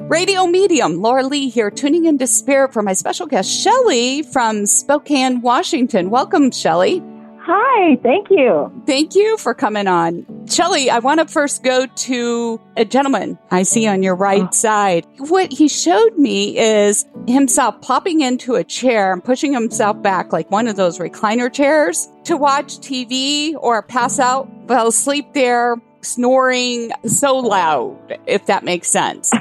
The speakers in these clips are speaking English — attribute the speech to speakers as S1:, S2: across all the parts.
S1: Radio Medium, Laura Lee here, tuning in to Spirit for my special guest, Shelly from Spokane, Washington. Welcome, Shelly.
S2: Hi, thank you.
S1: Thank you for coming on. Shelly, I want to first go to a gentleman I see on your right side. What he showed me is himself popping into a chair and pushing himself back like one of those recliner chairs to watch TV or pass out, fell asleep there, snoring so loud, if that makes sense.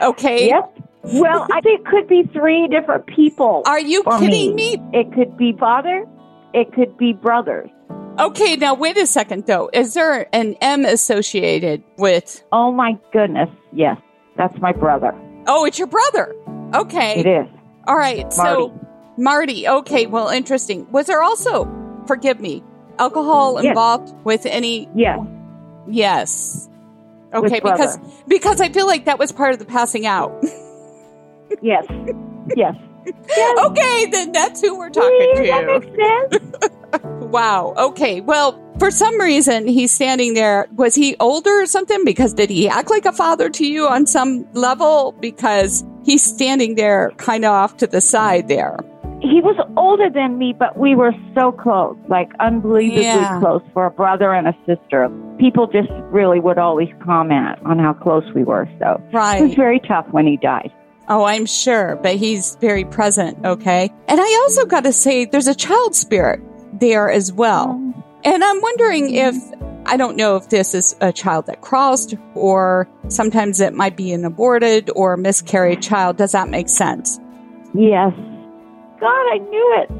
S1: Okay.
S2: Yep. Well, I think it could be three different people.
S1: Are you
S2: for
S1: kidding me?
S2: It could be father, it could be brothers.
S1: Okay, now wait a second though. Is there an M associated with?
S2: Oh my goodness, yes. That's my brother.
S1: Oh, it's your brother. Okay,
S2: It is.
S1: all right. So Marty. Okay, well, interesting. Was there also? Forgive me. Alcohol
S2: Yes.
S1: involved with any?
S2: Yes.
S1: Yes.
S2: with
S1: Okay, because
S2: brother.
S1: because I feel like that was part of the passing out.
S2: Yes. yes.
S1: okay, then that's who we're talking
S2: See, that
S1: to.
S2: makes sense.
S1: Wow. Okay. Well, for some reason, he's standing there. Was he older or something? Because did he act like a father to you on some level? Because he's standing there kind of off to the side there.
S2: He was older than me, but we were so close, like unbelievably
S1: Yeah.
S2: close for a brother and a sister. People just really would always comment on how close we were. So it was
S1: Right.
S2: very tough when he died.
S1: Oh, I'm sure, but he's very present. Okay. And I also got to say, there's a child spirit there as well. And I'm wondering if, I don't know if this is a child that crossed or sometimes it might be an aborted or miscarried child. Does that make sense?
S2: Yes. God, I knew it.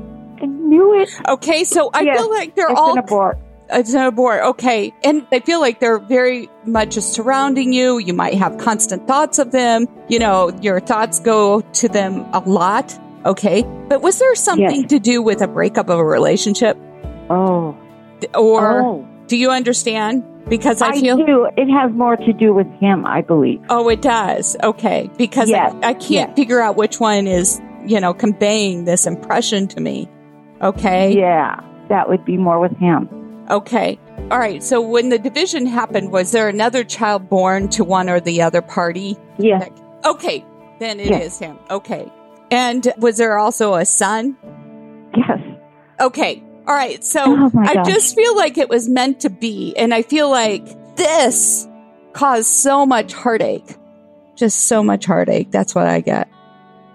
S2: I knew it.
S1: Okay, so I
S2: Yes,
S1: feel like they're
S2: it's
S1: all
S2: an abort.
S1: it's an abort. Okay, and I feel like they're very much just surrounding you. You might have constant thoughts of them. You know, your thoughts go to them a lot. Okay, but was there something to do with a breakup of a relationship,
S2: Oh.
S1: or
S2: oh.
S1: do you understand? Because I,
S2: I
S1: feel.
S2: do. It has more to do with him, I believe.
S1: Oh, it does. Okay, because
S2: Yes,
S1: I, I can't
S2: yes.
S1: figure out which one is you know conveying this impression to me. Okay.
S2: Yeah, that would be more with him.
S1: Okay. All right. So when the division happened, was there another child born to one or the other party?
S2: Yes,
S1: Okay. Then it is
S2: Yes.
S1: him. Okay. And was there also a son?
S2: yes.
S1: Okay. All right. So
S2: Oh my
S1: I
S2: gosh.
S1: just feel like it was meant to be. And I feel like this caused so much heartache. Just so much heartache. That's what I get.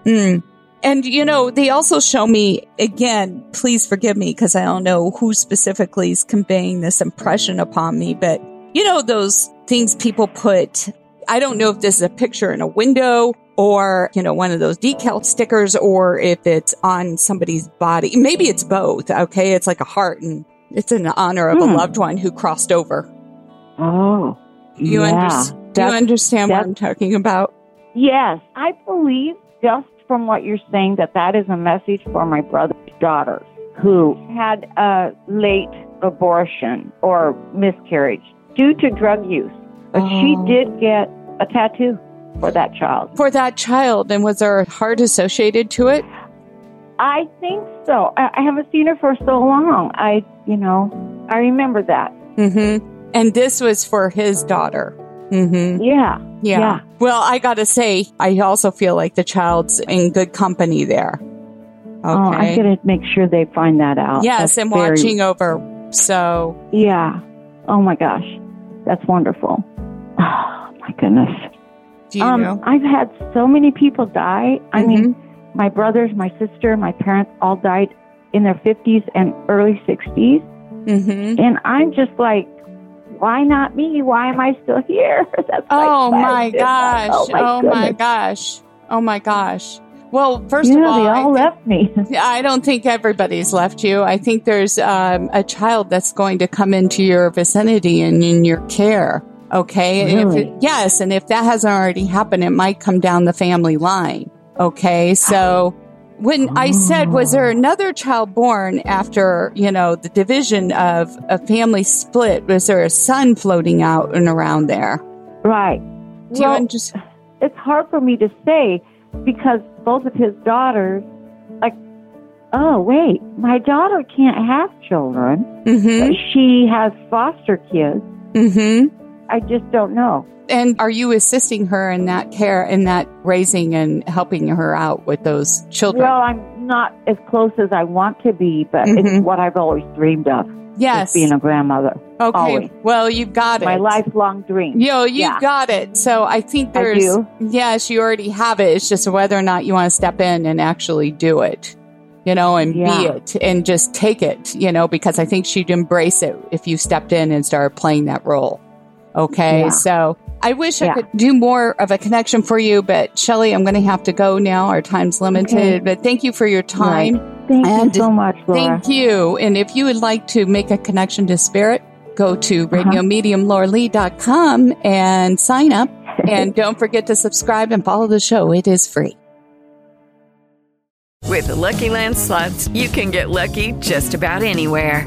S1: Mm. And, you know, they also show me again, please forgive me because I don't know who specifically is conveying this impression upon me, but you know, those things people put. I don't know if this is a picture in a window or, you know, one of those decal stickers or if it's on somebody's body. Maybe it's both. Okay. It's like a heart and it's in honor of a
S2: Hmm.
S1: loved one who crossed over.
S2: Oh.
S1: You,
S2: yeah.
S1: understand? do you
S2: That's-
S1: understand what
S2: that's-
S1: I'm talking about?
S2: Yes, I believe just from what you're saying that that is a message for my brother's daughters who had a late abortion or miscarriage due to drug use. But she
S1: Oh.
S2: did get a tattoo for that child.
S1: For that child, and was there a heart associated to it?
S2: I think so. I, I haven't seen her for so long. I, you know, I remember that.
S1: Mm-hmm. And this was for his daughter. Mm-hmm.
S2: Yeah.
S1: Yeah.
S2: Yeah.
S1: Well, I got to say, I also feel like the child's in good company there. Okay.
S2: Oh, I'm gonna make sure they find that out.
S1: yes,
S2: Oh, That's
S1: and
S2: very-
S1: watching over. So,
S2: Yeah. Oh my gosh, that's wonderful. Oh my goodness.
S1: do you
S2: um,
S1: know? Mm-hmm.
S2: I've had so many people die. I mean, my brothers, my sister, my parents all died in their 50s and early 60s,
S1: Mm-hmm.
S2: and I'm just like. Why not me? Why am I still here? That's
S1: Oh my
S2: question.
S1: gosh.
S2: Oh my, goodness.
S1: gosh. Oh my gosh. Well, first
S2: yeah,
S1: of all,
S2: they
S1: I
S2: all
S1: think-
S2: left me.
S1: I don't think everybody's left you. I think there's um, a child that's going to come into your vicinity and in your care. Okay. And If
S2: Really?
S1: yes. And if that hasn't already happened, it might come down the family line. Okay. So when I said, was
S2: Ah.
S1: there another child born after, you know, the division of a family split? Was there a son floating out and around there?
S2: right.
S1: Do you
S2: Well,
S1: understand?
S2: it's hard for me to say because both of his daughters, like, oh, wait, my daughter can't have children.
S1: Mm
S2: She has foster kids.
S1: hmm. Mm hmm.
S2: I just don't know.
S1: And are you assisting her in that care and that raising and helping her out with those children?
S2: Well, I'm not as close as I want to be, but
S1: Mhm.
S2: it's what I've always dreamed of.
S1: yes.
S2: is Being a grandmother.
S1: okay.
S2: always.
S1: Well, you've got it.
S2: My lifelong dream.
S1: Yo, you've
S2: Yeah.
S1: got it. So I think
S2: I
S1: there's.
S2: do.
S1: Yes, you already have it. It's just whether or not you want to step in and actually do it, you know, and be
S2: Yeah.
S1: it and just take it, you know, because I think she'd embrace it if you stepped in and started playing that role. Okay.
S2: Yeah.
S1: So I wish I
S2: Yeah.
S1: could do more of a connection for you, but Shelly, I'm going to have to go now. Our time's limited,
S2: Okay.
S1: but thank you for your time.
S2: Thank
S1: And-
S2: you so much, Laura.
S1: Thank you. And if you would like to make a connection to spirit, go to radiomediumlauralee.com and sign up. And don't forget to subscribe and follow the show. It is free.
S3: With the Lucky Land slots, you can get lucky just about anywhere.